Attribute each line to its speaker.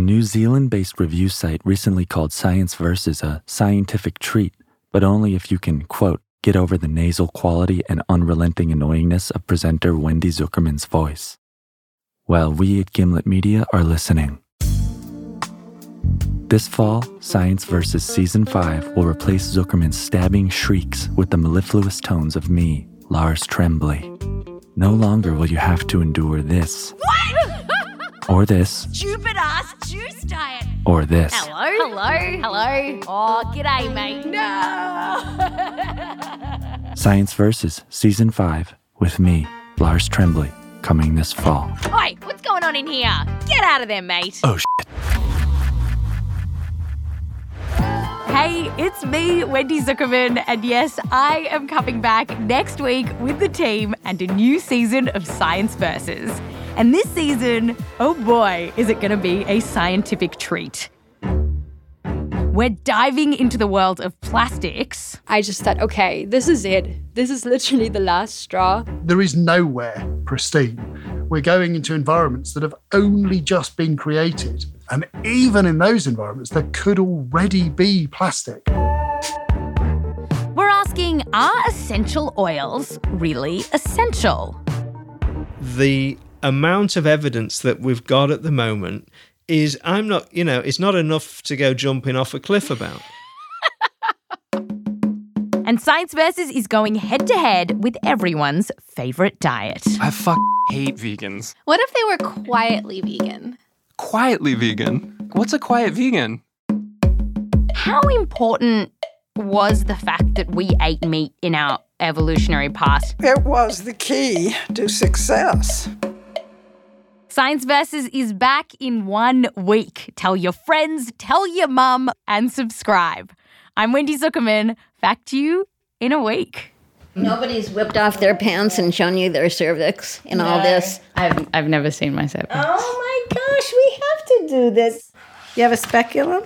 Speaker 1: New Zealand based review site recently called Science Versus a scientific treat, but only if you can, quote, get over the nasal quality and unrelenting annoyingness of presenter Wendy Zuckerman's voice. While we at Gimlet Media are listening. This fall, Science Versus Season 5 will replace Zuckerman's stabbing shrieks with the mellifluous tones of me, Lars Tremblay. No longer will you have to endure this,
Speaker 2: What?
Speaker 1: or this,
Speaker 2: Stupid ass juice diet.
Speaker 1: or this.
Speaker 2: Hello? Hello? Hello? Oh, g'day, mate. No!
Speaker 1: Science Versus Season 5 with me, Lars Tremblay, coming this fall.
Speaker 2: Oi, what's going on in here? Get out of there, mate.
Speaker 1: Oh, sh.
Speaker 2: Hey, it's me, Wendy Zuckerman, and yes, I am coming back next week with the team and a new season of Science Versus. And this season, oh boy, is it going to be a scientific treat. We're diving into the world of plastics.
Speaker 3: I just thought, okay, this is it. This is literally the last straw.
Speaker 4: there is nowhere pristine. We're going into environments that have only just been created. And even in those environments, there could already be plastic.
Speaker 2: We're asking are essential oils really essential?
Speaker 5: the amount of evidence that we've got at the moment is I'm not, you know, it's not enough to go jumping off a cliff about.
Speaker 2: And Science Versus is going head to head with everyone's favorite diet.
Speaker 6: I fuck hate vegans.
Speaker 3: What if they were quietly vegan?
Speaker 6: Quietly vegan. What's a quiet vegan?
Speaker 2: How important was the fact that we ate meat in our evolutionary past?
Speaker 7: It was the key to success.
Speaker 2: Science Versus is back in one week. Tell your friends, tell your mum, and subscribe. I'm Wendy Zuckerman. Back to you in a week.
Speaker 8: Nobody's whipped off their pants and shown you their cervix in all this.
Speaker 9: I've I've never seen myself.
Speaker 10: Oh my gosh, we have to do this. You have a speculum?